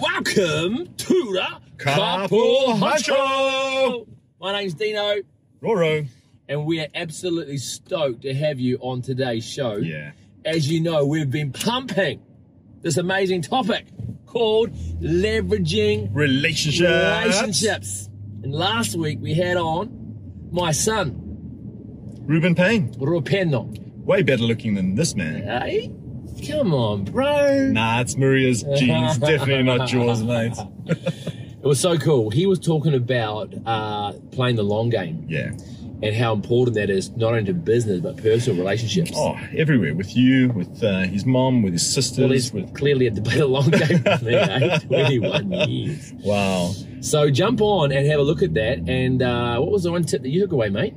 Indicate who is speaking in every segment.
Speaker 1: Welcome to the
Speaker 2: Carpool
Speaker 1: Carpool
Speaker 2: Huncho.
Speaker 1: Huncho. My name's Dino,
Speaker 2: Roro.
Speaker 1: and we are absolutely stoked to have you on today's show.
Speaker 2: Yeah.
Speaker 1: As you know, we've been pumping this amazing topic called leveraging
Speaker 2: Relationships.
Speaker 1: relationships. And last week we had on my son,
Speaker 2: Ruben Payne.
Speaker 1: Rupeno.
Speaker 2: Way better looking than this man.
Speaker 1: Hey? Come on, bro.
Speaker 2: Nah, it's Maria's jeans. Definitely not yours, mate.
Speaker 1: It was so cool. He was talking about uh, playing the long game.
Speaker 2: Yeah.
Speaker 1: and how important that is not only to business but personal relationships.
Speaker 2: Oh, everywhere. With you, with uh, his mom, with his sisters.
Speaker 1: well, there's
Speaker 2: with
Speaker 1: clearly a debate a long game for me, eh? 21 years.
Speaker 2: Wow.
Speaker 1: So jump on and have a look at that. And uh, what was the one tip that you took away, mate?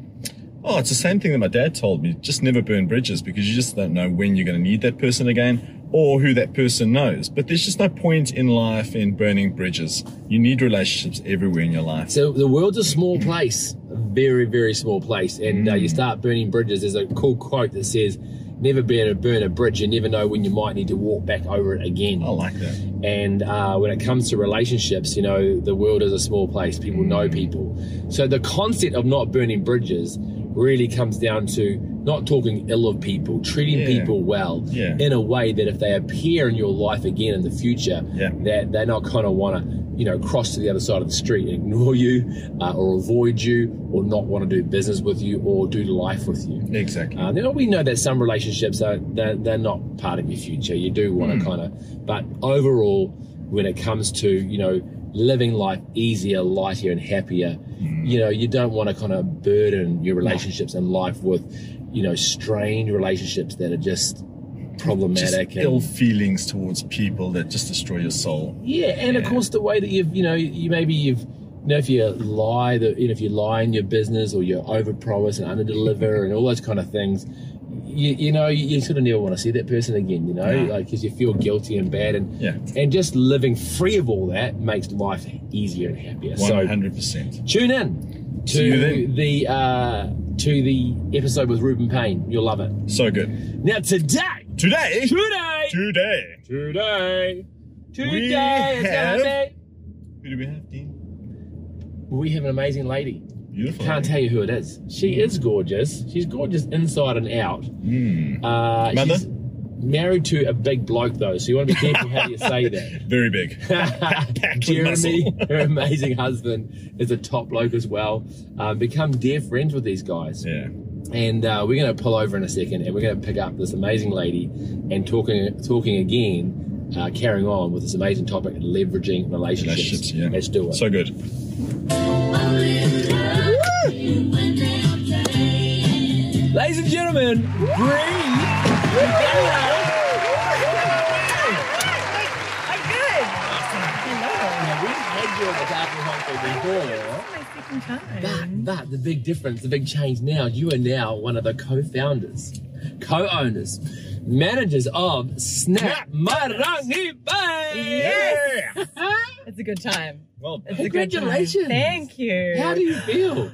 Speaker 2: Oh, it's the same thing that my dad told me. Just never burn bridges because you just don't know when you're going to need that person again or who that person knows. But there's just no point in life in burning bridges. You need relationships everywhere in your life.
Speaker 1: So the world's a small place, a very, very small place. And uh, you start burning bridges. There's a cool quote that says, Never be able to burn a bridge. You never know when you might need to walk back over it again.
Speaker 2: I like that.
Speaker 1: And uh, when it comes to relationships, you know, the world is a small place. People know
Speaker 2: Mm.
Speaker 1: people. So the concept of not burning bridges really comes down to not talking ill of people, treating
Speaker 2: Yeah.
Speaker 1: people well
Speaker 2: Yeah.
Speaker 1: in a way that if they appear in your life again in the future,
Speaker 2: Yeah.
Speaker 1: that they're not kind of want to, you know, cross to the other side of the street, and ignore you, uh, or avoid you, or not want to do business with you, or do life with you.
Speaker 2: Exactly.
Speaker 1: Uh, then we know that some relationships are they're, they're not part of your future. You do want to kind of, but overall, when it comes to you know living life easier, lighter, and happier, you know you don't want to kind of burden your relationships and life with you know strained relationships that are just
Speaker 2: just
Speaker 1: problematic and
Speaker 2: ill feelings towards people that just destroy your soul.
Speaker 1: yeah, and of course the way that you've you know you maybe you've you know if you lie that you know, if you lie in your business or you overpromise and underdeliver and all those kind of things, you, you know you, you sort of never want to see that person again. You know, Like 'cause
Speaker 2: Nah.
Speaker 1: because you feel guilty and bad, and
Speaker 2: Yeah.
Speaker 1: and just living free of all that makes life easier and happier.
Speaker 2: One
Speaker 1: So
Speaker 2: hundred percent.
Speaker 1: tune in
Speaker 2: See you
Speaker 1: to
Speaker 2: then.
Speaker 1: the uh, to the episode with Ruben Payne. You'll love it.
Speaker 2: So good.
Speaker 1: Now today,
Speaker 2: Today,
Speaker 1: today,
Speaker 2: today,
Speaker 1: today,
Speaker 2: We
Speaker 1: today is gonna
Speaker 2: have-
Speaker 1: be.
Speaker 2: who do we have? Dean.
Speaker 1: We have an amazing lady.
Speaker 2: Beautiful.
Speaker 1: Can't tell you who it is. She is gorgeous. She's gorgeous inside and out.
Speaker 2: Mm,
Speaker 1: Uh,
Speaker 2: Mother?
Speaker 1: She's married to a big bloke though, so you want to be careful how you say that.
Speaker 2: very big. with
Speaker 1: Jeremy,
Speaker 2: muscle.
Speaker 1: her amazing husband, is a top bloke as well. Um, become dear friends with these guys.
Speaker 2: Yeah.
Speaker 1: And uh, we're going to pull over in a second, and we're going to pick up this amazing lady and talking talking again, uh, carrying on with this amazing topic, leveraging relationships.
Speaker 2: Relationships. Yeah.
Speaker 1: Let's do it.
Speaker 2: So good.
Speaker 1: Ladies and gentlemen, Bree.
Speaker 3: I'm good. Hello.
Speaker 1: Now, we've had you on the Garden Hunter
Speaker 3: It's my second time.
Speaker 1: before, but the big difference, the big change now, you are now one of the co-founders, co-owners, managers of Snap Marangi Bay.
Speaker 2: Yeah.
Speaker 3: It's a good time.
Speaker 2: Well,
Speaker 3: It's
Speaker 2: done.
Speaker 3: a good time.
Speaker 1: Congratulations.
Speaker 3: Thank you.
Speaker 1: How do you feel?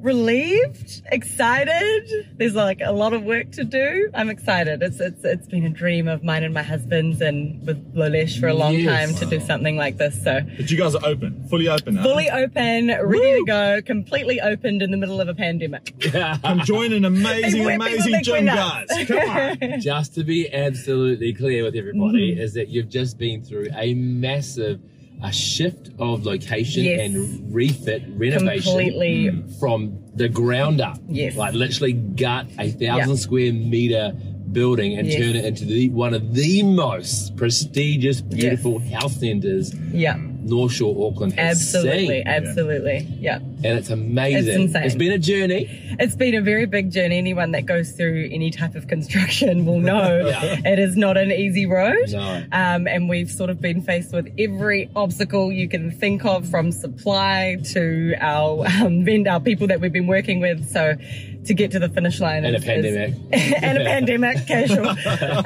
Speaker 3: Relieved, excited. There's like a lot of work to do. I'm excited. It's it's it's been a dream of mine and my husband's and with Lolesh for a long
Speaker 1: Yes.
Speaker 3: time to do
Speaker 2: Wow.
Speaker 3: something like this. So
Speaker 2: but you guys are open, fully open now.
Speaker 3: fully open, ready to go, completely opened in the middle of a pandemic.
Speaker 2: Come join an amazing,
Speaker 3: People- people
Speaker 2: amazing
Speaker 3: think we're
Speaker 2: gym, guys.
Speaker 3: nuts.
Speaker 2: Come on.
Speaker 1: just to be absolutely clear with everybody
Speaker 3: Mm-hmm.
Speaker 1: is that you've just been through a massive a shift of location
Speaker 3: Yes.
Speaker 1: and refit renovation
Speaker 3: Completely.
Speaker 1: from the ground up
Speaker 3: Yes.
Speaker 1: like literally gut a thousand
Speaker 3: Yeah.
Speaker 1: square meter building and
Speaker 3: Yes.
Speaker 1: turn it into the one of the most prestigious beautiful health centers
Speaker 3: Yeah.
Speaker 1: north shore auckland has
Speaker 3: Absolutely.
Speaker 1: seen.
Speaker 3: Absolutely. Yeah.
Speaker 1: and it's amazing
Speaker 3: It's insane.
Speaker 1: it's been a journey
Speaker 3: It's been a very big journey. Anyone that goes through any type of construction will know
Speaker 1: Yeah.
Speaker 3: it is not an easy road.
Speaker 1: No.
Speaker 3: Um, and we've sort of been faced with every obstacle you can think of, from supply to our um, vend- our people that we've been working with. So to get to the finish line
Speaker 1: And a
Speaker 3: is- is-
Speaker 1: pandemic.
Speaker 3: and a pandemic, casual.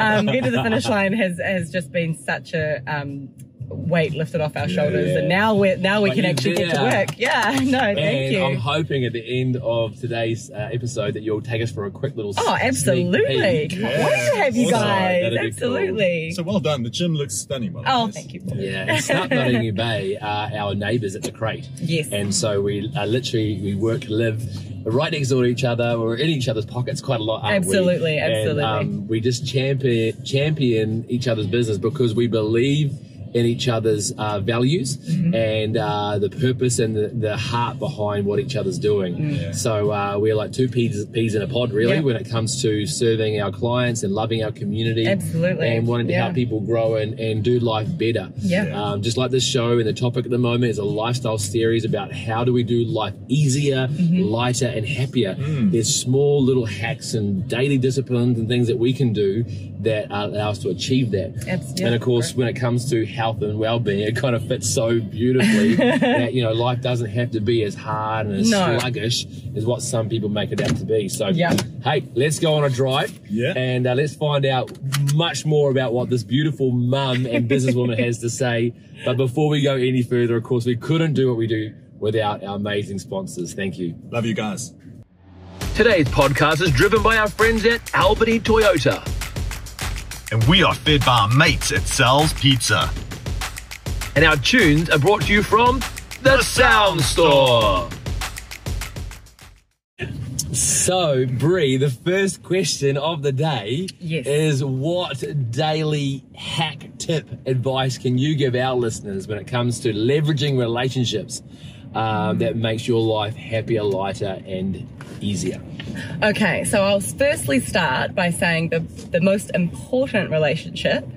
Speaker 3: Um, get to the finish line has has just been such a um, weight lifted off our
Speaker 1: Yeah.
Speaker 3: shoulders, and now we now we
Speaker 1: But
Speaker 3: can
Speaker 1: you
Speaker 3: actually get to
Speaker 1: dare.
Speaker 3: work. Yeah, no, thank
Speaker 1: And
Speaker 3: you.
Speaker 1: I'm hoping at the end of today's uh, episode that you'll take us for a quick little.
Speaker 3: oh,
Speaker 1: sneak
Speaker 3: absolutely!
Speaker 1: peek.
Speaker 3: Come on, What do you have you
Speaker 1: Awesome.
Speaker 3: guys?
Speaker 1: That'd be cool.
Speaker 3: Absolutely.
Speaker 2: So well done. The gym looks stunning. By the
Speaker 3: Oh,
Speaker 2: way.
Speaker 3: thank you.
Speaker 1: Yeah, and Snup Nottingham Bay are Uh, our neighbours at the crate.
Speaker 3: Yes.
Speaker 1: And so we are literally, we work, live right next door to each other. We're in each other's pockets quite a lot, aren't
Speaker 3: Absolutely,
Speaker 1: we?
Speaker 3: absolutely.
Speaker 1: And, um, we just champion, champion each other's business because we believe in each other's uh, values
Speaker 3: Mm-hmm.
Speaker 1: and uh, the purpose and the, the heart behind what each other's doing.
Speaker 2: Yeah.
Speaker 1: So uh, we're like two peas, peas in a pod, really,
Speaker 3: Mm. Yeah.
Speaker 1: when it comes to serving our clients and loving our community.
Speaker 3: Absolutely.
Speaker 1: And wanting to
Speaker 3: Yeah.
Speaker 1: help people grow and, and do life better.
Speaker 3: Yeah.
Speaker 1: Um, just like this show, and the topic at the moment is a lifestyle series about how do we do life easier,
Speaker 3: Mm-hmm.
Speaker 1: lighter, and happier. There's small little hacks and daily disciplines and things that we can do that uh, allow us to achieve that.
Speaker 3: Abs-
Speaker 1: And
Speaker 3: yeah,
Speaker 1: of course, when it comes to health and well-being, it kind of fits so beautifully that you know life doesn't have to be as hard and as
Speaker 3: No.
Speaker 1: sluggish as what some people make it out to be. So,
Speaker 3: Yeah.
Speaker 1: hey, let's go on a drive,
Speaker 2: Yeah.
Speaker 1: and uh, let's find out much more about what this beautiful mum and businesswoman has to say. But before we go any further, of course, we couldn't do what we do without our amazing sponsors. Thank you.
Speaker 2: Love you guys.
Speaker 1: Today's podcast is driven by our friends at Albany Toyota.
Speaker 4: and we are fed by our mates at Sal's Pizza.
Speaker 1: And our tunes are brought to you from The Sound Store. So, Bree, the first question of the day
Speaker 3: Yes.
Speaker 1: is what daily hack, tip, advice can you give our listeners when it comes to leveraging relationships um, that makes your life happier, lighter, and easier?
Speaker 3: Okay, so I'll firstly start by saying the, the most important relationship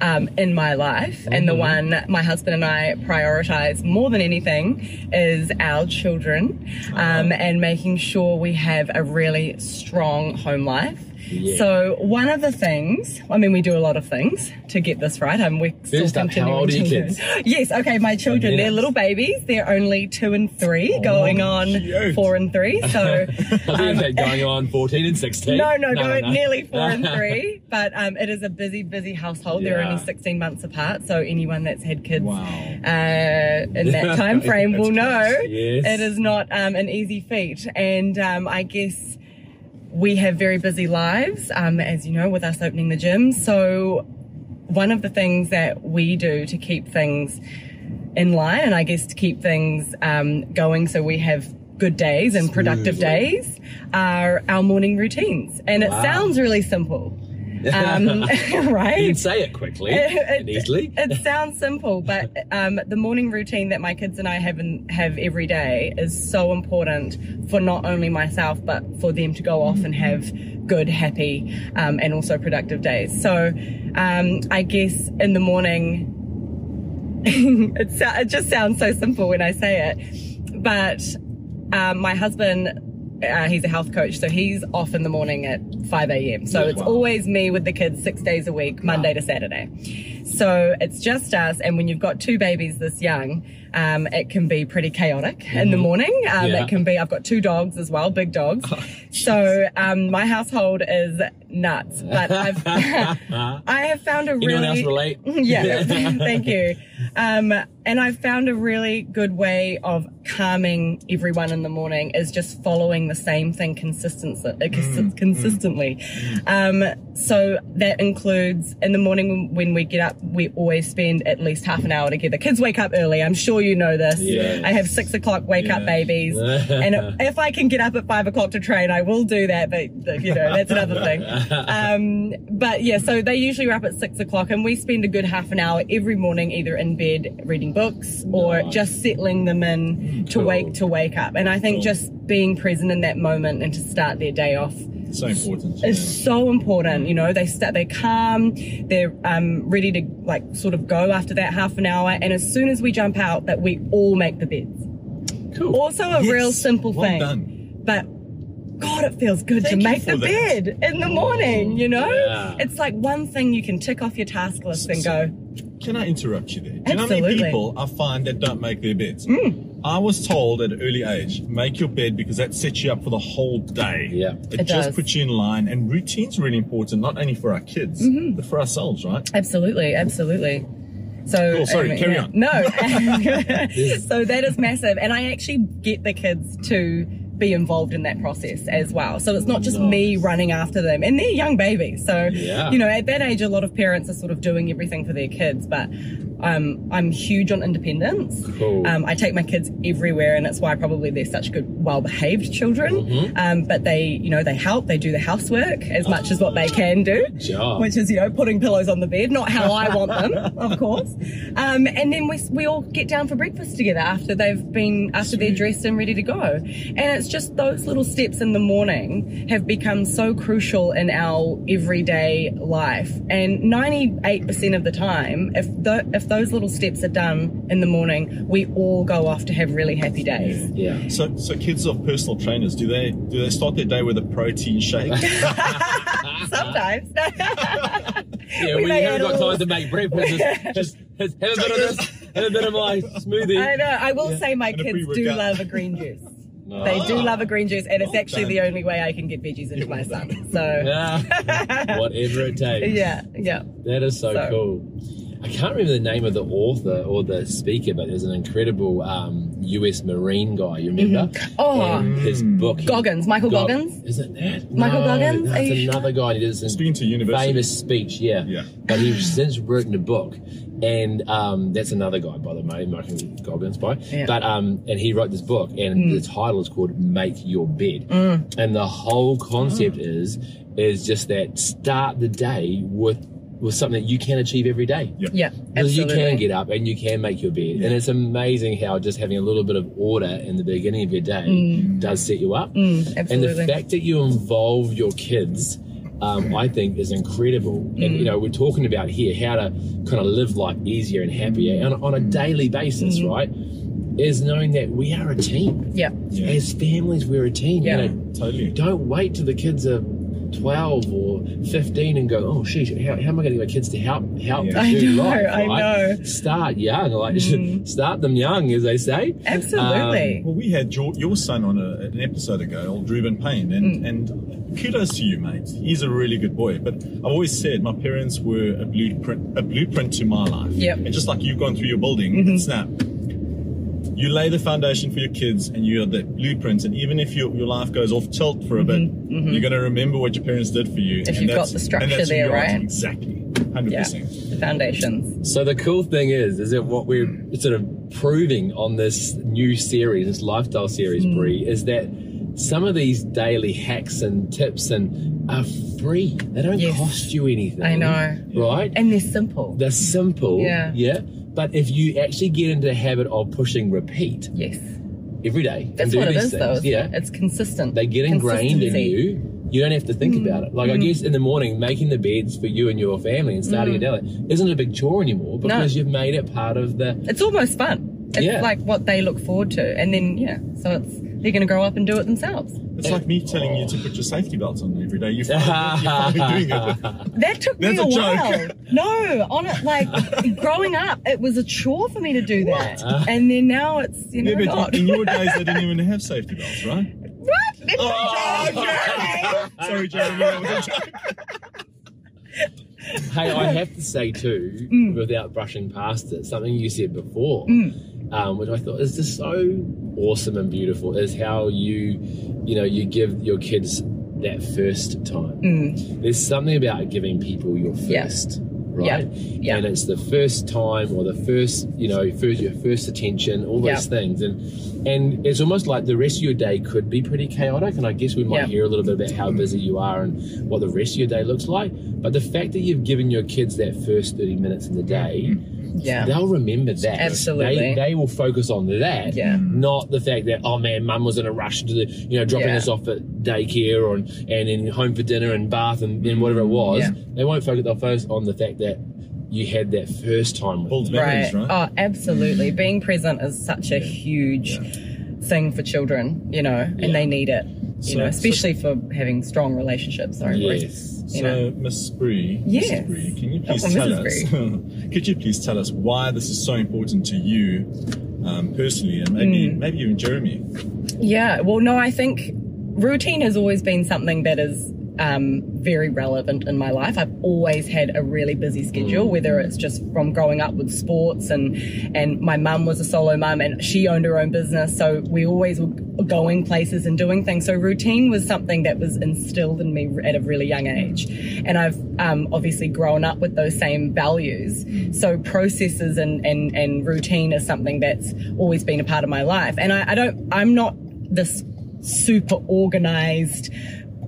Speaker 3: um, in my life, and the
Speaker 1: Mm-hmm.
Speaker 3: one my husband and I prioritize more than anything, is our children um, and making sure we have a really strong home life.
Speaker 1: Yeah.
Speaker 3: So one of the things, I mean, we do a lot of things to get this right. I'm we still
Speaker 1: First up, how
Speaker 3: continuing
Speaker 1: old are your
Speaker 3: to learn.
Speaker 1: kids?
Speaker 3: Yes, okay, my children, they're
Speaker 1: minutes.
Speaker 3: little babies. They're only two and three,
Speaker 1: Oh,
Speaker 3: going on
Speaker 2: cute.
Speaker 3: four and three. So um,
Speaker 1: I think that going on 14 and 16.
Speaker 3: no, no, no, nearly four and three. But um, it is a busy, busy household. They're
Speaker 1: Yeah.
Speaker 3: only 16 months apart. So anyone that's had kids
Speaker 2: Wow.
Speaker 3: uh, in that time frame will
Speaker 2: That's
Speaker 3: know
Speaker 2: close.
Speaker 1: Yes.
Speaker 3: it is not um, an easy feat. And um, I guess we have very busy lives, um, as you know, with us opening the gym. So one of the things that we do to keep things in line and I guess to keep things um, going so we have good days and productive
Speaker 1: Smoothly.
Speaker 3: days are our morning routines. And it
Speaker 1: Wow.
Speaker 3: sounds really simple, um,
Speaker 1: You can
Speaker 3: right?
Speaker 1: say it quickly
Speaker 3: It-
Speaker 1: and easily.
Speaker 3: It sounds simple, but um, the morning routine that my kids and I have in, have every day is so important for not only myself but for them to go off and have good, happy, um, and also productive days. So, um, I guess in the morning, it, so, it just sounds so simple when I say it, but um, my husband. Uh, he's a health coach, so he's off in the morning at 5 a.m. So it's
Speaker 2: Wow.
Speaker 3: always me with the kids six days a week, Monday to Saturday. So it's just us. And when you've got two babies this young, um, it can be pretty chaotic in the morning. Um,
Speaker 1: Yeah.
Speaker 3: It can be, I've got two dogs as well, big dogs. so um, my household is nuts, but I've, uh,
Speaker 1: Uh,
Speaker 3: I have found a
Speaker 1: Anyone
Speaker 3: really.
Speaker 1: else relate?
Speaker 3: yeah, thank you. Um, and I've found a really good way of calming everyone in the morning is just following the same thing consistent, uh, consi- consistently. Um, so that includes in the morning when we get up, we always spend at least half an hour together. Kids wake up early. I'm sure you know this.
Speaker 1: Yes.
Speaker 3: I have six o'clock wake up
Speaker 2: Yeah.
Speaker 3: babies. and if I can get up at five o'clock to train, I will do that. But, you know, that's another thing um, but yeah, so they usually wrap at six o'clock, and we spend a good half an hour every morning either in bed reading books or
Speaker 1: Nice.
Speaker 3: just settling them in to
Speaker 1: Cool.
Speaker 3: wake to wake up. And I think
Speaker 2: Cool.
Speaker 3: just being present in that moment and to start their day off
Speaker 2: So important.
Speaker 3: is
Speaker 2: yeah.
Speaker 3: so important. You know, they start, they're calm, they're um, ready to like sort of go after that half an hour. And as soon as we jump out, that we all make the beds.
Speaker 1: Cool.
Speaker 3: Also, a
Speaker 2: Yes,
Speaker 3: real simple
Speaker 2: well
Speaker 3: thing,
Speaker 2: done.
Speaker 3: but God, it feels good
Speaker 2: Thank
Speaker 3: to
Speaker 2: you
Speaker 3: make
Speaker 2: for
Speaker 3: the
Speaker 2: that.
Speaker 3: bed in the morning. You know,
Speaker 1: Yeah.
Speaker 3: it's like one thing you can tick off your task list and go.
Speaker 2: Can I interrupt you there? Do you know how many
Speaker 3: Absolutely. Hmm.
Speaker 2: people I find that don't make their beds? I was told at an early age, make your bed because that sets you up for the whole day.
Speaker 1: Yeah.
Speaker 2: It,
Speaker 3: It
Speaker 2: just
Speaker 3: does.
Speaker 2: puts you in line and
Speaker 3: Mm-hmm.
Speaker 2: routine's really important, not only for our kids, but for ourselves, right?
Speaker 3: Absolutely, absolutely. So
Speaker 2: Cool, sorry, carry on.
Speaker 3: No. so that is massive, and I actually get the kids to be involved in that process as well. So it's not just me running after them, and they're young babies. So
Speaker 1: Yeah.
Speaker 3: you know, at that age, a lot of parents are sort of doing everything for their kids, but. Um, I'm huge on independence.
Speaker 1: Cool.
Speaker 3: Um, I take my kids everywhere, and it's why probably they're such good, well-behaved children.
Speaker 2: Mm-hmm.
Speaker 3: Um, but they, you know, they help. They do the housework as
Speaker 2: Oh,
Speaker 3: much as what they can do
Speaker 1: job.
Speaker 3: which is you know putting pillows on the bed, not how I want them, of course. Um, and then we we all get down for breakfast together after they've been after they're dressed and ready to go. And it's just those little steps in the morning have become so crucial in our everyday life. And ninety eight percent of the time, if tho- if those little steps are done in the morning, we all go off to have really happy days.
Speaker 1: yeah.
Speaker 2: So, so kids of personal trainers, do they do they start their day with a protein shake?
Speaker 3: Sometimes.
Speaker 1: Yeah,
Speaker 3: We
Speaker 1: when
Speaker 3: may
Speaker 1: you haven't
Speaker 3: add a
Speaker 1: got
Speaker 3: little-
Speaker 1: time to make breakfast, just, just have a bit of this, have a bit of my smoothie.
Speaker 3: I know. I will say my
Speaker 2: And a
Speaker 3: kids do
Speaker 2: pre-workout.
Speaker 3: love a green juice. They do
Speaker 1: Ah.
Speaker 3: love a green juice, and it's
Speaker 2: Well
Speaker 3: actually
Speaker 2: done.
Speaker 3: the only way I can get veggies into my son. So
Speaker 1: Ah, whatever it takes.
Speaker 3: yeah, yeah.
Speaker 1: That is so,
Speaker 3: So-
Speaker 1: cool. I can't remember the name of the author or the speaker, but there's an incredible um, US Marine guy. You remember?
Speaker 3: Oh.
Speaker 1: And his book.
Speaker 3: Goggins, Michael
Speaker 1: Gog-
Speaker 3: Goggins?
Speaker 1: Isn't that?
Speaker 3: Michael
Speaker 1: No,
Speaker 3: Goggins? Are
Speaker 1: That's
Speaker 3: you
Speaker 1: another guy. He did this
Speaker 2: Speaking to university.
Speaker 1: famous speech. Yeah.
Speaker 2: Yeah.
Speaker 1: But he's since written a book, and um, that's another guy by the way, Michael Goggins by.
Speaker 3: Yeah.
Speaker 1: But um, and he wrote this book, and the title is called "Make Your Bed," and the whole concept is is just that start the day with with something that you can achieve every day.
Speaker 2: Yeah.
Speaker 3: Yeah,
Speaker 1: Because you
Speaker 3: absolutely.
Speaker 1: can get up and you can make your bed. And it's amazing how just having a little bit of order in the beginning of your day does set you up.
Speaker 3: Mm. absolutely.
Speaker 1: And the fact that you involve your kids, um, I think, is incredible. And,
Speaker 3: Mm.
Speaker 1: you know, we're talking about here how to kind of live life easier and happier on, on a daily basis,
Speaker 3: Mm.
Speaker 1: right? Is knowing that we are a team.
Speaker 3: Yeah,
Speaker 2: Yeah.
Speaker 1: As families, we're a team.
Speaker 3: Yeah.
Speaker 1: You know,
Speaker 2: Totally.
Speaker 1: don't wait till the kids are 12 or 15 and go, oh, sheesh, how, how am I going to get my kids to help help
Speaker 2: Yeah.
Speaker 3: I
Speaker 1: do
Speaker 3: know,
Speaker 1: life?
Speaker 3: I
Speaker 1: right?
Speaker 3: know. Mm.
Speaker 1: Start young, like start them young, as they say.
Speaker 3: absolutely.
Speaker 1: Um,
Speaker 2: Well, we had your, your son on a, an episode ago, old Reuben Payne, and,
Speaker 3: Mm.
Speaker 2: and kudos to you, mate. He's a really good boy. But I've always said my parents were a blueprint, a blueprint to my life.
Speaker 3: Yep. Mm-hmm.
Speaker 2: And just like you've gone through your building, it's now. You lay the foundation for your kids, and you're the blueprint. And even if your, your life goes off tilt for a bit, you're going to remember what your parents did for you.
Speaker 3: Mm-hmm. If
Speaker 2: and
Speaker 3: you've got
Speaker 2: that's-
Speaker 3: the structure
Speaker 2: and that's who
Speaker 3: there,
Speaker 2: you are.
Speaker 3: right?
Speaker 2: Exactly, hundred
Speaker 3: yeah,
Speaker 2: percent.
Speaker 3: the foundations.
Speaker 1: Um, So the cool thing is, is that what we're sort of proving on this new series, this lifestyle series,
Speaker 3: Mm.
Speaker 1: Bree, is that some of these daily hacks and tips and are free. They don't
Speaker 3: Yes.
Speaker 1: cost you anything.
Speaker 3: I know.
Speaker 1: right?
Speaker 3: And they're simple.
Speaker 1: They're simple.
Speaker 3: Yeah.
Speaker 1: Yeah. But if you actually get into the habit of pushing repeat
Speaker 3: yes,
Speaker 1: every day, and
Speaker 3: that's
Speaker 1: do
Speaker 3: what it
Speaker 1: these
Speaker 3: is,
Speaker 1: things,
Speaker 3: though. isn't
Speaker 1: Yeah.
Speaker 3: it? it's consistent.
Speaker 1: they get ingrained in
Speaker 3: Consistency. Mm-hmm.
Speaker 1: you. You don't have to think about it. Like I guess in the morning, making the beds for you and your family and starting
Speaker 3: Mm-hmm.
Speaker 1: your day isn't a big chore anymore because you've made it part of the.
Speaker 3: It's almost fun. It's
Speaker 1: Yeah.
Speaker 3: like what they look forward to, and then yeah, so it's they're going to grow up and do it themselves.
Speaker 2: It's like me telling you to put your safety belts on every day. You finally, you're finally doing it.
Speaker 3: That took me
Speaker 2: That's
Speaker 3: a,
Speaker 2: a joke.
Speaker 3: while. No, on it like growing up, it was a chore for me to do that, and then now it's you know
Speaker 2: Yeah,
Speaker 3: not.
Speaker 2: but in your days they didn't even have safety belts, right?
Speaker 3: what? It's
Speaker 2: Oh,
Speaker 3: a joke.
Speaker 2: Sorry, Jeremy. that was a joke.
Speaker 1: Hey, I have to say too, without brushing past it, something you said before, um, which I thought is just so awesome and beautiful, is how you, you know, you give your kids that first time.
Speaker 3: Mm,
Speaker 1: There's something about giving people your
Speaker 3: Yeah.
Speaker 1: first.
Speaker 3: Yeah.
Speaker 1: Right,
Speaker 3: Yeah.
Speaker 1: and it's the first time or the first, you know, first your first attention, all those
Speaker 3: Yeah.
Speaker 1: things, and and it's almost like the rest of your day could be pretty chaotic. And I guess we might
Speaker 3: Yeah.
Speaker 1: hear a little bit about how busy you are and what the rest of your day looks like. But the fact that you've given your kids that first 30 minutes in the day,
Speaker 3: Mm. Yeah.
Speaker 1: they'll remember that.
Speaker 3: Absolutely.
Speaker 1: They, they will focus on that,
Speaker 3: Yeah.
Speaker 1: not the fact that, oh man, mum was in a rush to the, you know, dropping
Speaker 3: Yeah.
Speaker 1: us off at daycare or, and then home for dinner and bath and, and whatever it was.
Speaker 3: Yeah.
Speaker 1: They won't focus, they'll focus on the fact that you had that first time with
Speaker 2: Old
Speaker 1: them.
Speaker 2: memories, right?
Speaker 3: Oh, absolutely. Being present is such a huge thing for children, you know, and
Speaker 1: Yeah.
Speaker 3: they need it, you
Speaker 2: So-
Speaker 3: know,
Speaker 2: so-
Speaker 3: especially for having strong relationships. Sorry, Bruce.
Speaker 1: Yes.
Speaker 2: so,
Speaker 3: you know.
Speaker 2: Miss Bree,
Speaker 3: Yes.
Speaker 2: Mrs. Bree, can you
Speaker 3: Oh,
Speaker 2: please
Speaker 3: Mrs.
Speaker 2: tell us? could you please tell us why this is so important to you um, personally, and maybe
Speaker 3: Mm.
Speaker 2: maybe even Jeremy?
Speaker 3: Yeah. Well, no, I think routine has always been something that is um, very relevant in my life. I've always had a really busy schedule, whether it's just from growing up with sports and and my mum was a solo mum and she owned her own business, so we always were going places and doing things. So routine was something that was instilled in me at a really young age, and I've um, obviously grown up with those same values. So processes and and and routine is something that's always been a part of my life, and I, I don't. I'm not this super organized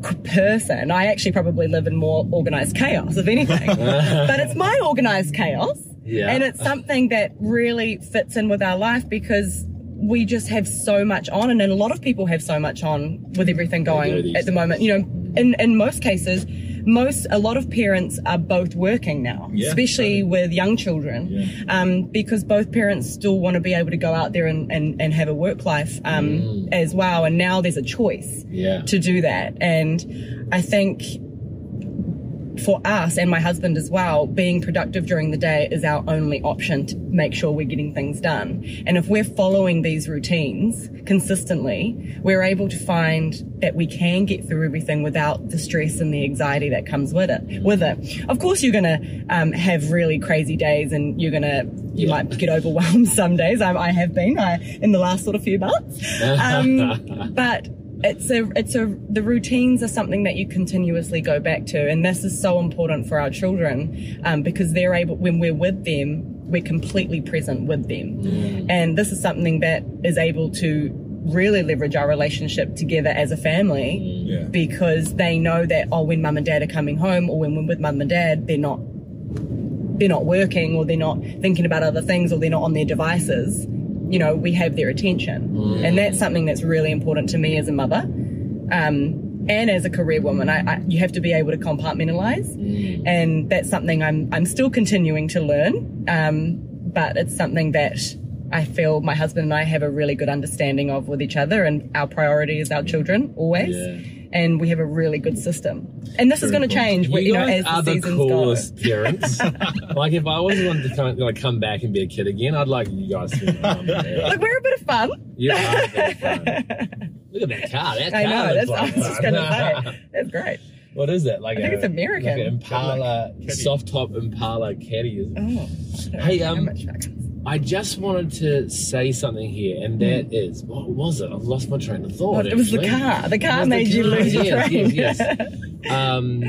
Speaker 3: c- person. I actually probably live in more organized chaos, if anything. but it's my organized chaos.
Speaker 1: Yeah.
Speaker 3: And it's something that really fits in with our life because we just have so much on and a lot of people have so much on with everything
Speaker 1: do
Speaker 3: going
Speaker 1: these
Speaker 3: at the moment. You know, in, in most cases, most a lot of parents are both working now,
Speaker 2: Yeah,
Speaker 3: especially with young children,
Speaker 2: Yeah.
Speaker 3: um, because both parents still want to be able to go out there and, and, and have a work life um, as well. And now there's a choice
Speaker 1: Yeah.
Speaker 3: to do that. And I think for us and my husband as well, being productive during the day is our only option to make sure we're getting things done. And if we're following these routines consistently, we're able to find that we can get through everything without the stress and the anxiety that comes with it. With it, of course, you're gonna um, have really crazy days, and you're gonna you
Speaker 1: Yeah.
Speaker 3: might get overwhelmed some days. I, I have been I, in the last sort of few months, um, but it's a it's a the routines are something that you continuously go back to and this is so important for our children um, because they're able when we're with them we're completely present with them and this is something that is able to really leverage our relationship together as a family
Speaker 2: Yeah.
Speaker 3: because they know that oh when mum and dad are coming home or when we're with mum and dad they're not they're not working or they're not thinking about other things or they're not on their devices, you know, we have their attention. And that's something that's really important to me as a mother. Um, and as a career woman, I, I, you have to be able to compartmentalize.
Speaker 1: Mm.
Speaker 3: And that's something I'm, I'm still continuing to learn. Um, but it's something that I feel my husband and I have a really good understanding of with each other. And our priority is our children always.
Speaker 1: Yeah.
Speaker 3: And we have a really good system. And this is going to change, you,
Speaker 1: you
Speaker 3: know,
Speaker 1: guys
Speaker 3: as the
Speaker 1: are the
Speaker 3: seasons go.
Speaker 1: coolest parents. like if I always wanted to come, like, come back and be a kid again, I'd like you guys to. Um, yeah.
Speaker 3: Look, we're a bit of fun.
Speaker 1: You are so fun. Look at that car. That car
Speaker 3: I know. That's,
Speaker 1: looks
Speaker 3: I
Speaker 1: like
Speaker 3: was just
Speaker 1: fun.
Speaker 3: going to say. That's great.
Speaker 1: What is that? Like
Speaker 3: I think
Speaker 1: a-
Speaker 3: it's American.
Speaker 1: Like an Impala,
Speaker 2: Caddy.
Speaker 1: soft top Impala caddy. Is
Speaker 3: Oh, I don't
Speaker 1: Hey,
Speaker 3: know how
Speaker 1: um,
Speaker 3: much that costs.
Speaker 1: I just wanted to say something here, and that is what was it? I've lost my train of thought.
Speaker 3: Hmm. Oh, it was the
Speaker 1: actually.
Speaker 3: car. The
Speaker 1: It
Speaker 3: car
Speaker 1: was
Speaker 3: made
Speaker 1: the
Speaker 3: you
Speaker 1: car,
Speaker 3: lose your
Speaker 1: yes,
Speaker 3: train. Hmm.
Speaker 1: Yes, yes. um,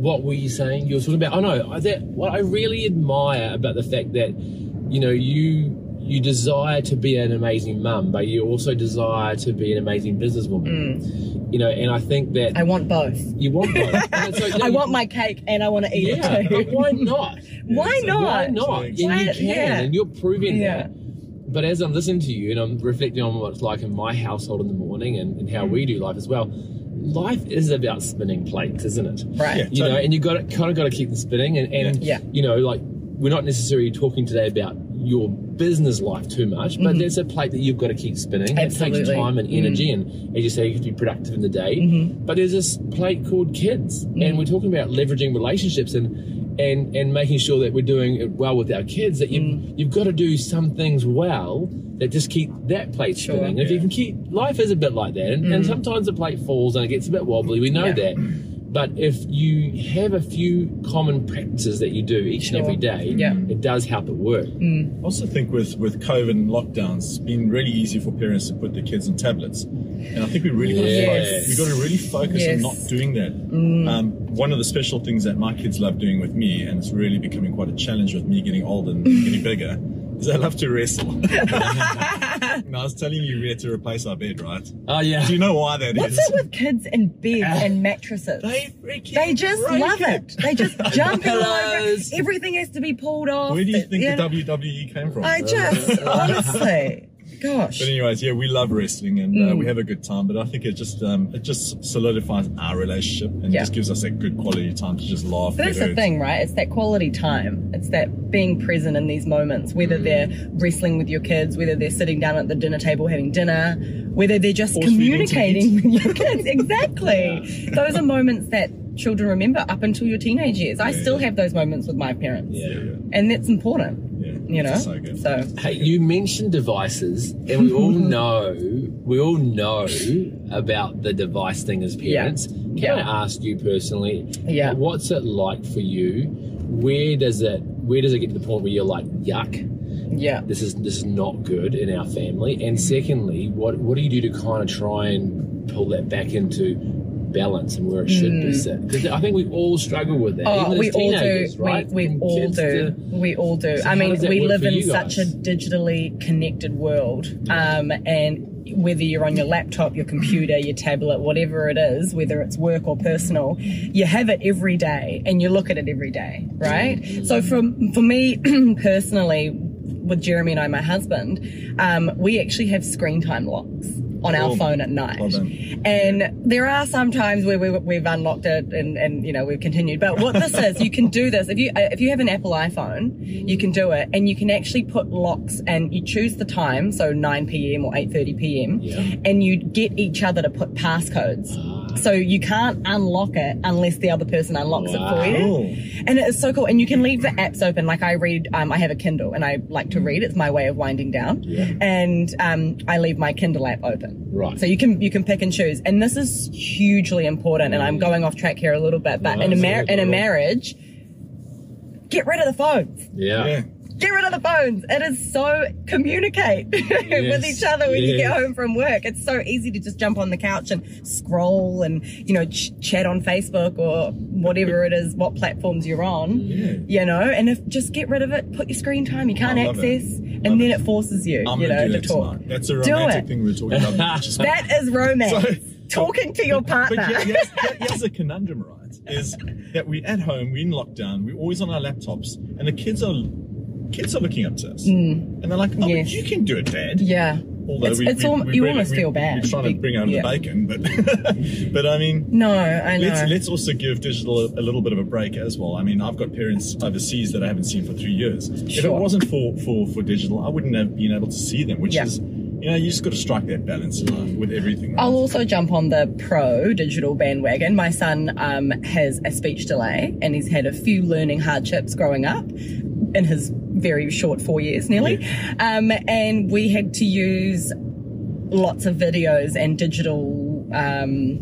Speaker 1: What were you saying? You were talking about. Oh no, I- that what I really admire about the fact that you know you you desire to be an amazing mum, but you also desire to be an amazing businesswoman.
Speaker 3: Hmm.
Speaker 1: You know, and I think that
Speaker 3: I want both.
Speaker 1: you want both. And it's like,
Speaker 3: I
Speaker 1: you-
Speaker 3: want my cake and I want to eat
Speaker 1: yeah,
Speaker 3: it
Speaker 1: but
Speaker 3: too.
Speaker 1: why not?
Speaker 3: Why not?
Speaker 1: Why not? And
Speaker 3: Why-
Speaker 1: you can,
Speaker 3: yeah.
Speaker 1: and you're proving
Speaker 3: Yeah.
Speaker 1: that. But as I'm listening to you and I'm reflecting on what it's like in my household in the morning and, and how
Speaker 3: Mm.
Speaker 1: we do life as well, life is about spinning plates, isn't it?
Speaker 2: Yeah.
Speaker 3: Right.
Speaker 1: You know,
Speaker 2: Totally.
Speaker 1: and you got to kind of got to keep them spinning, and, and
Speaker 3: Yeah. Yeah.
Speaker 1: you know, like we're not necessarily talking today about your business life too much, but there's a plate that you've got to keep spinning. It takes
Speaker 3: Mm-hmm. Absolutely. Mm-hmm.
Speaker 1: time and energy, and as you say, you have to be productive in the day. But there's this plate called kids,
Speaker 3: Mm-hmm.
Speaker 1: and we're talking about leveraging relationships and and and making sure that we're doing it well with our kids. That you
Speaker 3: Mm.
Speaker 1: you've got to do some things well that just keep that plate
Speaker 3: Sure.
Speaker 1: spinning. If you can keep life is a bit like that, and, and sometimes the plate falls and it gets a bit wobbly. We know
Speaker 3: Mm. Yeah.
Speaker 1: that. But if you have a few common practices that you do each and every
Speaker 3: Sure.
Speaker 1: day,
Speaker 3: Yeah. Mm.
Speaker 1: it does help it work.
Speaker 2: I also think with, with COVID and lockdowns, it's been really easy for parents to put their kids on tablets. And I think we really
Speaker 1: Yes.
Speaker 2: got to really focus
Speaker 3: Yes. Mm.
Speaker 2: on not doing that. Um, one of the special things that my kids love doing with me, and it's really becoming quite a challenge with me getting old and getting bigger, is they love to wrestle. and I was telling you we had to replace our bed, right?
Speaker 1: Oh yeah.
Speaker 2: Do you know why that is?
Speaker 3: What's it with kids and beds and mattresses?
Speaker 2: They freaking
Speaker 3: They just
Speaker 2: break
Speaker 3: love it. They just jump all over.
Speaker 1: Pillows.
Speaker 3: Everything has to be pulled off.
Speaker 2: Where do you think
Speaker 3: know?
Speaker 2: the WWE came from?
Speaker 3: I just, honestly, gosh.
Speaker 2: But anyways, yeah, we love wrestling and uh, we
Speaker 3: Mm.
Speaker 2: have a good time. But I think it just um, it just solidifies our relationship and
Speaker 3: Yeah.
Speaker 2: just gives us that good quality time to just laugh.
Speaker 3: But that's
Speaker 2: get
Speaker 3: the
Speaker 2: hurt.
Speaker 3: thing, right? It's that quality time. It's that being present in these moments, whether
Speaker 2: Mm.
Speaker 3: they're wrestling with your kids, whether they're sitting down at the dinner table having dinner, whether they're just
Speaker 2: Force feeding to
Speaker 3: communicating with your kids. Exactly. Those are moments that children remember up until your teenage years. I
Speaker 2: Yeah,
Speaker 3: still
Speaker 2: yeah.
Speaker 3: have those moments with my parents.
Speaker 1: Yeah.
Speaker 2: Yeah,
Speaker 3: And that's important.
Speaker 2: yeah, yeah.
Speaker 3: you know.
Speaker 2: so good.
Speaker 3: So
Speaker 1: Hey, you mentioned devices, and we all know we all know about the device thing as parents. Can
Speaker 3: Yeah.
Speaker 1: I ask you personally?
Speaker 3: Yeah.
Speaker 1: What's it like for you? Where does it Where does it get to the point where you're like, yuck?
Speaker 3: yeah.
Speaker 1: This is this is not good in our family. And secondly, what what do you do to kind of try and pull that back into balance and where it should be set? Because I think we all struggle with that.
Speaker 3: Mm. Oh,
Speaker 1: even as
Speaker 3: we all do.
Speaker 1: teenagers, right?
Speaker 3: We, we
Speaker 1: From
Speaker 3: all
Speaker 1: kids
Speaker 3: do.
Speaker 1: to-
Speaker 3: We all do.
Speaker 1: So
Speaker 3: I
Speaker 1: how
Speaker 3: mean,
Speaker 1: does that
Speaker 3: we
Speaker 1: work
Speaker 3: live
Speaker 1: for
Speaker 3: in
Speaker 1: you
Speaker 3: such a
Speaker 1: guys?
Speaker 3: digitally connected world, um, and whether you're on your laptop, your computer, your tablet, whatever it is, whether it's work or personal, you have it every day, and you look at it every day, right? So, from for me personally, with Jeremy and I, my husband, um, we actually have screen time locks on our
Speaker 1: Oh,
Speaker 2: Cool.
Speaker 3: phone at night.
Speaker 2: Well done.
Speaker 3: And there are some times where we, we've unlocked it and, and, you know, we've continued. But what this is, you can do this. If you, uh, if you have an Apple iPhone, you can do it and you can actually put locks and you choose the time. So 9 p.m. or 8.30 p.m.
Speaker 1: Yeah.
Speaker 3: And you get each other to put passcodes. So you can't unlock it unless the other person unlocks it for you.
Speaker 2: Cool.
Speaker 3: And it's so cool. And you can leave the apps open. Like I read, um, I have a Kindle and I like to read. It's my way of winding down.
Speaker 1: Yeah.
Speaker 3: And um, I leave my Kindle app open.
Speaker 1: Right.
Speaker 3: So you can you can pick and choose. And this is hugely important. And
Speaker 2: Mm.
Speaker 3: I'm going off track here a little bit, but
Speaker 1: No,
Speaker 3: in a
Speaker 1: that's
Speaker 3: mar-
Speaker 1: good,
Speaker 3: in a
Speaker 1: no.
Speaker 3: marriage, get rid of the phones.
Speaker 2: Yeah.
Speaker 3: Get rid of the phones. It is so communicate with
Speaker 1: Yes,
Speaker 3: each other when you get
Speaker 1: yes.
Speaker 3: home from work. It's so easy to just jump on the couch and scroll and you know ch- chat on Facebook or whatever it is, what platforms you're on
Speaker 2: Yeah.
Speaker 3: you know and if just get rid of it put your screen time you can't
Speaker 2: I love it.
Speaker 3: access
Speaker 2: Love
Speaker 3: and then it forces you
Speaker 2: I'm
Speaker 3: you
Speaker 2: gonna
Speaker 3: know
Speaker 2: do
Speaker 3: to
Speaker 2: that
Speaker 3: talk
Speaker 2: tonight.
Speaker 5: That's a
Speaker 3: Do
Speaker 5: romantic
Speaker 3: it.
Speaker 5: thing we were talking about. which is-
Speaker 3: that is romance
Speaker 2: So-
Speaker 3: talking to your partner
Speaker 2: But yeah, yes, that- that's a conundrum, right? Is that we're at home, we're in lockdown, we're always on our laptops, and the kids are kids are looking up to us, and they're like, "Oh, but
Speaker 3: Mm. Yes.
Speaker 2: you can do it, Dad."
Speaker 3: Yeah.
Speaker 2: Although
Speaker 3: it's,
Speaker 2: we,
Speaker 3: it's
Speaker 2: we,
Speaker 3: al-
Speaker 2: we
Speaker 3: you
Speaker 2: really-
Speaker 3: almost
Speaker 2: we-
Speaker 3: feel bad
Speaker 2: We're trying to bring home
Speaker 3: Yeah.
Speaker 2: the bacon, but but I mean,
Speaker 3: no i know
Speaker 2: Let's, let's also give digital a, a little bit of a break as well. I mean, I've got parents overseas that I haven't seen for three years. If it
Speaker 3: Sure.
Speaker 2: wasn't for, for, for digital, I wouldn't have been able to see them, which
Speaker 3: Yeah.
Speaker 2: is, you know, you just got to strike that balance in life with everything.
Speaker 3: I'll
Speaker 2: right?
Speaker 3: also jump on the pro digital bandwagon. My son um, has a speech delay and he's had a few learning hardships growing up in his very short four years nearly. Um, and we had to use lots of videos and digital um,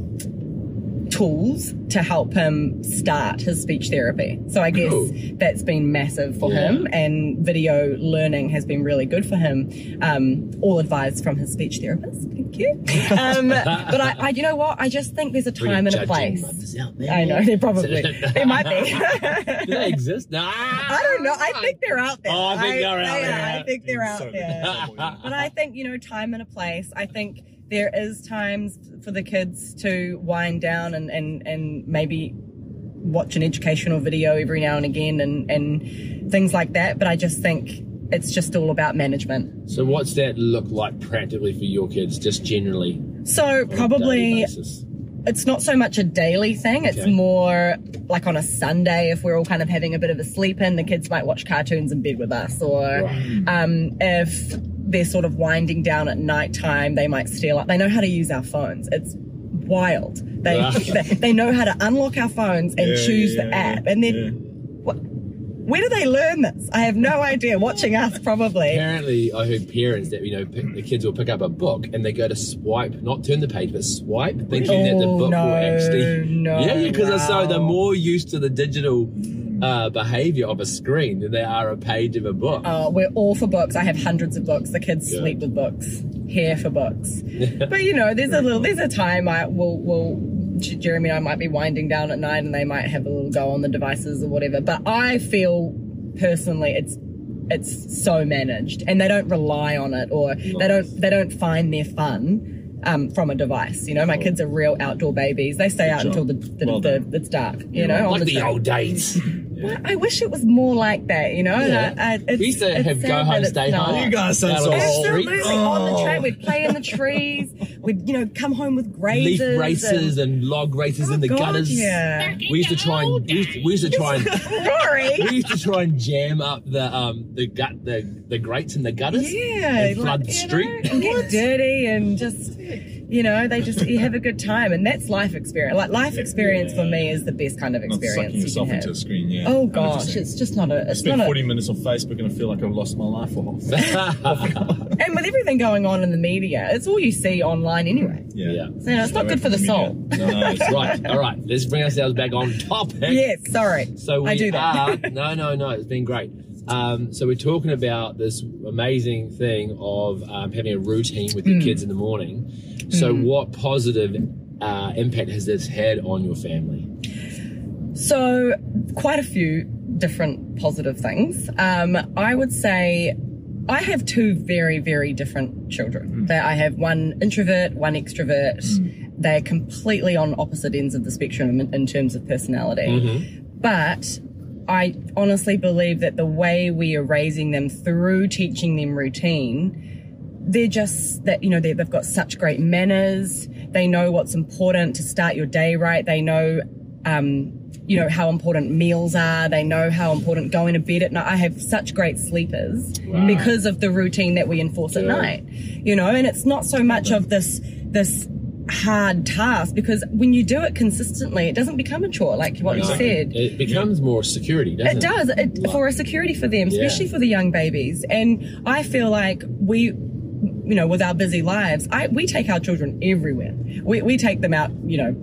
Speaker 3: tools to help him start his speech therapy. So I guess
Speaker 1: Cool.
Speaker 3: that's been massive for
Speaker 1: Yeah.
Speaker 3: him and video learning has been really good for him. Um, all advice from his speech therapist. Thank you. Um, but I, I, you know what? I just think there's a
Speaker 1: Really
Speaker 3: time and a
Speaker 1: judging
Speaker 3: place.
Speaker 1: mothers out there.
Speaker 3: I know they probably they might be.
Speaker 1: Do they exist? Nah.
Speaker 3: I don't know. I think they're out there.
Speaker 1: Oh, I think they're out
Speaker 3: they are.
Speaker 1: there.
Speaker 3: I think they're out
Speaker 2: So-
Speaker 3: there. But I think you know, time and a place. I think there is times for the kids to wind down and and and maybe watch an educational video every now and again and and things like that. But I just think it's just all about management.
Speaker 1: So what's that look like practically for your kids, just generally? on
Speaker 3: So
Speaker 1: a daily
Speaker 3: probably
Speaker 1: basis?
Speaker 3: it's not so much a daily thing. It's
Speaker 1: Okay.
Speaker 3: more like on a Sunday if we're all kind of having a bit of a sleep in. The kids might watch cartoons in bed with us, or
Speaker 1: Right.
Speaker 3: um, if they're sort of winding down at night time, they might steal up. They know how to use our phones. It's wild. They they, they know how to unlock our phones and
Speaker 2: Yeah,
Speaker 3: choose
Speaker 2: yeah,
Speaker 3: the
Speaker 2: yeah,
Speaker 3: app, and then.
Speaker 2: yeah.
Speaker 3: What, where do they learn this? I have no idea. Watching us, probably.
Speaker 1: Apparently, I heard parents that you know pick, the kids will pick up a book and they go to swipe, not turn the page, but swipe, thinking that the
Speaker 3: Oh,
Speaker 1: book
Speaker 3: no,
Speaker 1: will actually.
Speaker 3: no,
Speaker 1: yeah, yeah, because so
Speaker 3: wow.
Speaker 1: they're more used to the digital uh, behavior of a screen than they are a page of a book.
Speaker 3: Uh, we're all for books. I have hundreds of books. The kids
Speaker 1: Good.
Speaker 3: sleep with books. Here for books. but you know, there's a little, there's a time I will, will J- Jeremy and I might be winding down at night, and they might have a little go on the devices or whatever. But I feel personally, it's it's so managed, and they don't rely on it, or they don't they don't find their fun um, from a device. You know, my kids are real outdoor babies. They stay out
Speaker 2: job.
Speaker 3: until the, the,
Speaker 2: Well
Speaker 3: the,
Speaker 2: done.
Speaker 3: it's dark. You know, all
Speaker 1: like the
Speaker 3: time.
Speaker 1: old days.
Speaker 3: Well, I wish it was more like that, you know.
Speaker 1: Yeah.
Speaker 3: And I- I- it's-
Speaker 1: We used to
Speaker 3: it's
Speaker 1: have
Speaker 3: sad
Speaker 1: go
Speaker 3: that
Speaker 1: home,
Speaker 3: it's
Speaker 1: stay
Speaker 3: not.
Speaker 1: home. Oh,
Speaker 2: You guys sound
Speaker 1: Out
Speaker 2: so
Speaker 1: on the
Speaker 2: old.
Speaker 1: street.
Speaker 3: Absolutely on the train. We'd play in the trees. We'd you know come home with
Speaker 1: Leaf
Speaker 3: grazes,
Speaker 1: races and log races in the
Speaker 3: Oh God,
Speaker 1: gutters.
Speaker 3: yeah.
Speaker 1: We used to try and we used to, we used to try and
Speaker 3: Rory.
Speaker 1: we used to try and jam up the um the gut the the grates in the gutters
Speaker 3: Yeah,
Speaker 1: and
Speaker 3: like,
Speaker 1: flood the
Speaker 3: you know,
Speaker 1: street.
Speaker 3: and get dirty and just You know, they just you have a good time, and that's life experience. Like life experience for me is the best kind of
Speaker 2: Not
Speaker 3: experience.
Speaker 2: sucking
Speaker 3: you
Speaker 2: yourself
Speaker 3: can
Speaker 2: into a
Speaker 3: have.
Speaker 2: screen, yeah.
Speaker 3: Oh gosh,
Speaker 2: 100%.
Speaker 3: it's just not a. It's
Speaker 2: spent
Speaker 3: not
Speaker 2: 40
Speaker 3: a,
Speaker 2: minutes on Facebook and I feel like I've lost my life for half. an hour.
Speaker 3: and with everything going on in the media, it's all you see online anyway.
Speaker 1: Yeah.
Speaker 3: So it's not good for the soul.
Speaker 2: No, no, it's right.
Speaker 1: right. All right. Let's bring ourselves back on topic.
Speaker 3: Yes, sorry.
Speaker 1: So we
Speaker 3: I do that.
Speaker 1: are no, no, no. It's been great. Um, so we're talking about this amazing thing of um, having a routine with
Speaker 3: Mm.
Speaker 1: your kids in the morning. So what positive uh, impact has this had on your family?
Speaker 3: So, quite a few different positive things. Um, I would say I have two very, very different children.
Speaker 1: Hmm.
Speaker 3: That I have one introvert, one extrovert. They're completely on opposite ends of the spectrum in, in terms of personality.
Speaker 1: Mm-hmm.
Speaker 3: But I honestly believe that the way we are raising them through teaching them routine they're just that you know they, they've got such great manners they know what's important to start your day right they know um, you know how important meals are they know how important going to bed at night i have such great sleepers
Speaker 1: Wow.
Speaker 3: because of the routine that we enforce at
Speaker 1: Good.
Speaker 3: night you know and it's not so much of this this hard task because when you do it consistently it doesn't become a chore like what
Speaker 2: Exactly.
Speaker 3: you said
Speaker 1: It becomes more security, doesn't
Speaker 3: it
Speaker 1: it?
Speaker 3: does it, for a security for them,
Speaker 1: Yeah.
Speaker 3: especially for the young babies. And I feel like we, you know, with our busy lives, I we take our children everywhere. We we take them out, you know,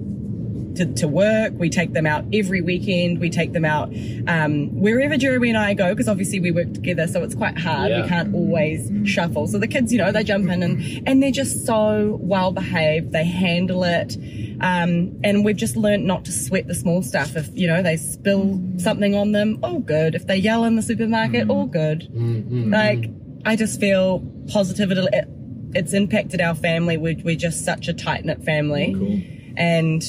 Speaker 3: to, to work. We take them out every weekend. We take them out um, wherever Jeremy and I go because obviously we work together, so it's quite hard.
Speaker 1: Yeah.
Speaker 3: We can't always shuffle. So the kids, you know, they jump in and and they're just so well behaved. They handle it. Um, and we've just learnt not to sweat the small stuff. If you know they spill something on them, all good. If they yell in the supermarket, all good. Like I just feel positive. It'll- It, it's impacted our family. We're, we're just such a tight knit family
Speaker 2: Cool.
Speaker 3: and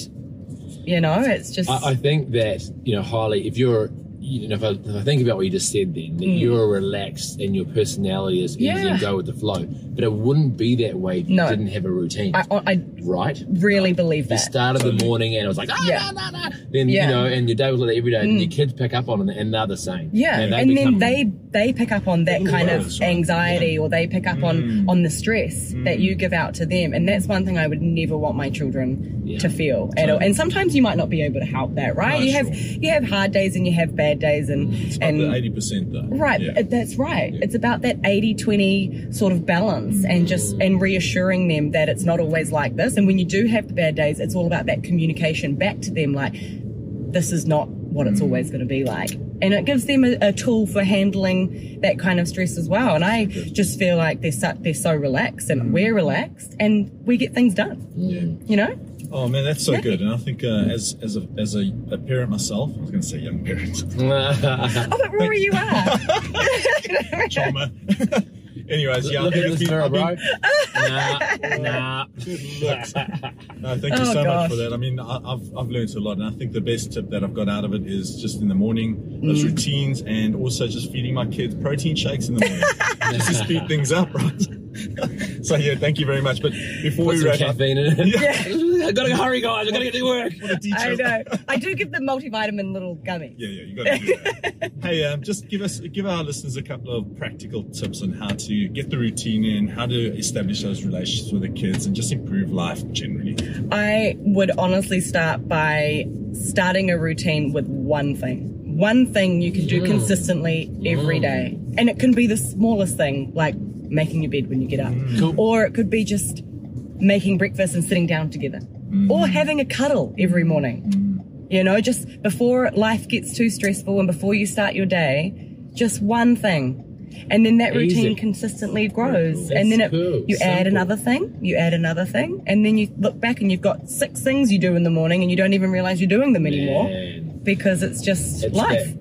Speaker 3: you know it's just
Speaker 1: I, I think that you know, Harley, if you're you know, if I, if I think about what you just said, then that you're relaxed and your personality is easy
Speaker 3: Mm. Yeah.
Speaker 1: and go with the flow. But it wouldn't be that way if you
Speaker 3: No.
Speaker 1: didn't have a routine,
Speaker 3: I, I
Speaker 1: right?
Speaker 3: really believe
Speaker 1: You
Speaker 3: that
Speaker 1: started the morning and it was like, ah,
Speaker 3: Yeah.
Speaker 1: nah, nah, nah. Then,
Speaker 3: Yeah. Mm.
Speaker 1: you know, and your day was like that every day, and your kids pick up on it and they're the same.
Speaker 3: yeah
Speaker 1: And,
Speaker 3: and,
Speaker 1: they
Speaker 3: then
Speaker 1: become-
Speaker 3: they they pick up on that kind
Speaker 2: wow,
Speaker 3: of
Speaker 2: that's right.
Speaker 3: anxiety or they pick up
Speaker 1: Mm.
Speaker 3: on on the stress that you give out to them and that's one thing i would never want my children
Speaker 1: Yeah.
Speaker 3: to feel at all and sometimes you might not be able to help that right
Speaker 2: No,
Speaker 3: you
Speaker 2: sure.
Speaker 3: have you have hard days and you have bad days and
Speaker 1: Mm.
Speaker 2: Up
Speaker 3: and
Speaker 2: to 80% though.
Speaker 3: Right,
Speaker 2: Yeah.
Speaker 3: uh, that's right. It's about that 80 20 sort of balance and just and reassuring them that it's not always like this. And when you do have the bad days, it's all about that communication back to them like, this is not what it's always going to be like. And it gives them a, a tool for handling that kind of stress as well. And I just feel like they're so, they're so relaxed
Speaker 2: Mm.
Speaker 3: and we're relaxed and we get things done,
Speaker 2: Yeah.
Speaker 3: you know?
Speaker 2: Oh man, that's so good. And I think uh, as as a, as a, a parent myself, I was going to say young parent.
Speaker 3: Oh, but Rory, you are.
Speaker 2: Trauma. Anyways, yeah, I
Speaker 1: Look at
Speaker 2: think it's
Speaker 1: this
Speaker 2: been-
Speaker 1: mirror,
Speaker 2: I've been-
Speaker 1: bro. nah, nah.
Speaker 2: No, thank you
Speaker 3: Oh,
Speaker 2: so much
Speaker 3: gosh.
Speaker 2: for that. I mean, I, I've, I've learned a lot, and I think the best tip that I've got out of it is just in the morning, those
Speaker 3: Mm.
Speaker 2: routines, and also just feeding my kids protein shakes in the morning just to speed things up, right? so, yeah, thank you very much. But before
Speaker 1: Put
Speaker 2: we
Speaker 1: some
Speaker 2: wrap up,
Speaker 1: caffeine in it.
Speaker 3: Yeah.
Speaker 1: I gotta hurry, guys. I gotta get to work.
Speaker 3: I know. I do give them multivitamin little gummies.
Speaker 2: Yeah, yeah, you got to do that. hey, um, just give us, give our listeners a couple of practical tips on how to get the routine in, how to establish those relationships with the kids, and just improve life generally.
Speaker 3: I would honestly start by starting a routine with one thing. One thing you can do
Speaker 1: Hmm.
Speaker 3: consistently every day. And it can be the smallest thing, like making your bed when you get up.
Speaker 1: Hmm. Cool.
Speaker 3: Or it could be just making breakfast and sitting down together.
Speaker 1: Hmm.
Speaker 3: Or having a cuddle every morning. You know, just before life gets too stressful and before you start your day, just one thing. And then that routine
Speaker 1: Easy.
Speaker 3: consistently grows.
Speaker 1: That's
Speaker 3: And then it,
Speaker 1: cool.
Speaker 3: you add
Speaker 1: Simple.
Speaker 3: another thing, you add another thing, and then you look back and you've got six things you do in the morning and you don't even realize you're doing them anymore
Speaker 1: Man.
Speaker 3: because it's just
Speaker 1: It's
Speaker 3: life.
Speaker 1: that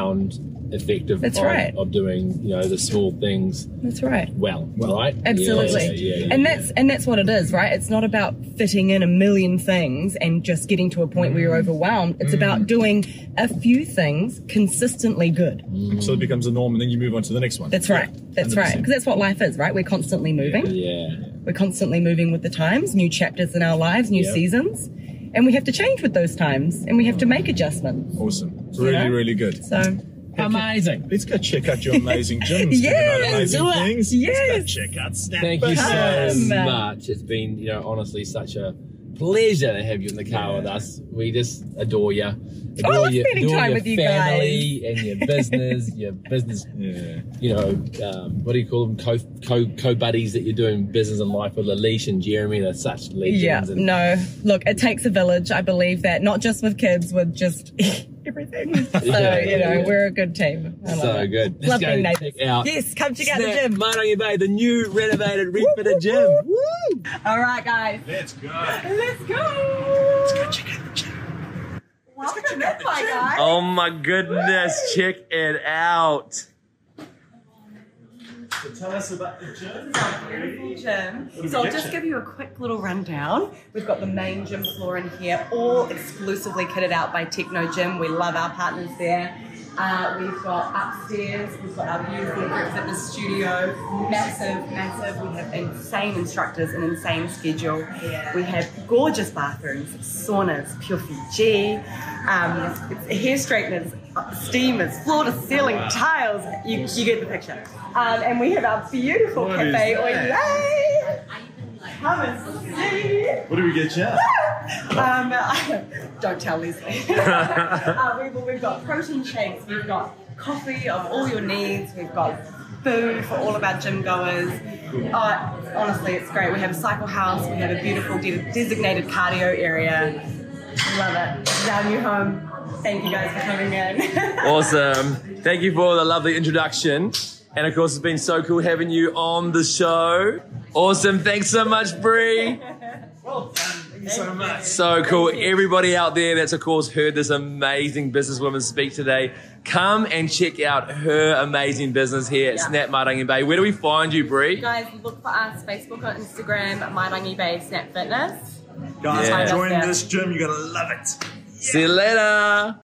Speaker 1: compound effect of,
Speaker 3: That's
Speaker 1: of,
Speaker 3: right.
Speaker 1: of doing, you know, the small things
Speaker 3: That's right.
Speaker 1: well,
Speaker 2: Well.
Speaker 1: right?
Speaker 3: Absolutely.
Speaker 1: Yeah, yeah, yeah.
Speaker 3: And that's and that's what it is, right? It's not about fitting in a million things and just getting to a point where you're
Speaker 1: Mm.
Speaker 3: overwhelmed. It's about doing a few things consistently good.
Speaker 2: So it becomes a norm, and then you move on to the next one.
Speaker 3: That's right. That's right.
Speaker 2: 100%.
Speaker 3: Because that's what life is, right? We're constantly moving.
Speaker 1: yeah.
Speaker 3: We're constantly moving with the times, new chapters in our lives, new
Speaker 1: Yeah.
Speaker 3: seasons. And we have to change with those times and we have to make adjustments.
Speaker 2: Awesome. Really,
Speaker 3: know?
Speaker 2: really good.
Speaker 3: So
Speaker 1: Amazing.
Speaker 2: Let's go check out your amazing gyms. doing
Speaker 3: Yes,
Speaker 2: amazing
Speaker 1: do it.
Speaker 2: things.
Speaker 3: Yes.
Speaker 2: Let's go check out Snap.
Speaker 1: Thank you so
Speaker 3: Awesome.
Speaker 1: much. It's been, you know, honestly such a pleasure to have you in the car with us. We just adore you. Adore
Speaker 3: love spending
Speaker 1: adore
Speaker 3: Oh, time
Speaker 1: your
Speaker 3: with you
Speaker 1: family and your business, your business,
Speaker 2: Yeah.
Speaker 1: you know, um, what do you call them? Co, co, co buddies that you're doing business and life with Alish and Jeremy. They're such legends.
Speaker 3: Yeah,
Speaker 1: and
Speaker 3: no. Look, it takes a village. I believe that, not just with kids, with just everything. So,
Speaker 1: Yeah,
Speaker 3: you know,
Speaker 1: yeah.
Speaker 3: we're a good team. I love
Speaker 1: So
Speaker 3: it.
Speaker 1: good. Let's
Speaker 3: Love
Speaker 1: go
Speaker 3: being
Speaker 1: check
Speaker 3: neighbours.
Speaker 1: out
Speaker 3: Yes, come check out the
Speaker 1: Snap
Speaker 3: gym.
Speaker 1: Marangi Bay, the new renovated, refitted gym. Woo!
Speaker 3: All right, guys.
Speaker 2: Let's go.
Speaker 3: Let's go. Let's go check out the gym. Welcome to my guys.
Speaker 1: Oh my goodness, check it out.
Speaker 2: Tell us about the gym.
Speaker 3: Beautiful gym. So I'll just give you a quick little rundown. We've got the main gym floor in here, all exclusively kitted out by Techno Gym. We love our partners there. Uh, we've got upstairs, we've got our beautiful group fitness studio, massive, massive. We have insane instructors, an insane schedule. We have gorgeous bathrooms, saunas, pure Fiji, um, it's hair straighteners, uh, steamers, floor to ceiling tiles. You, you get the picture. Um, and we have our beautiful
Speaker 2: What is
Speaker 3: cafe
Speaker 2: that?
Speaker 3: Olay. Come and see.
Speaker 2: What do we get you?
Speaker 3: Um, don't tell Leslie. uh, we, we've got protein shakes, we've got coffee of all your needs, we've got food for all of our gym goers. Uh, honestly, it's great. We have a cycle house, we have a beautiful de- designated cardio area. Love it. This is our new home. Thank you guys for coming in.
Speaker 5: Awesome. Thank you for the lovely introduction. And of course, it's been so cool having you on the show. Awesome. Thanks so much, Bree.
Speaker 2: So much.
Speaker 5: So cool. Everybody out there that's, of course, heard this amazing businesswoman speak today, come and check out her amazing business here at
Speaker 3: Yeah.
Speaker 5: Snap Marangi Bay. Where do we find you, Bree?
Speaker 3: guys, look for us Facebook or Instagram, Myrangi Bay Snap Fitness.
Speaker 2: Guys,
Speaker 5: Yeah.
Speaker 2: join this gym. You're going to love it.
Speaker 5: See you later.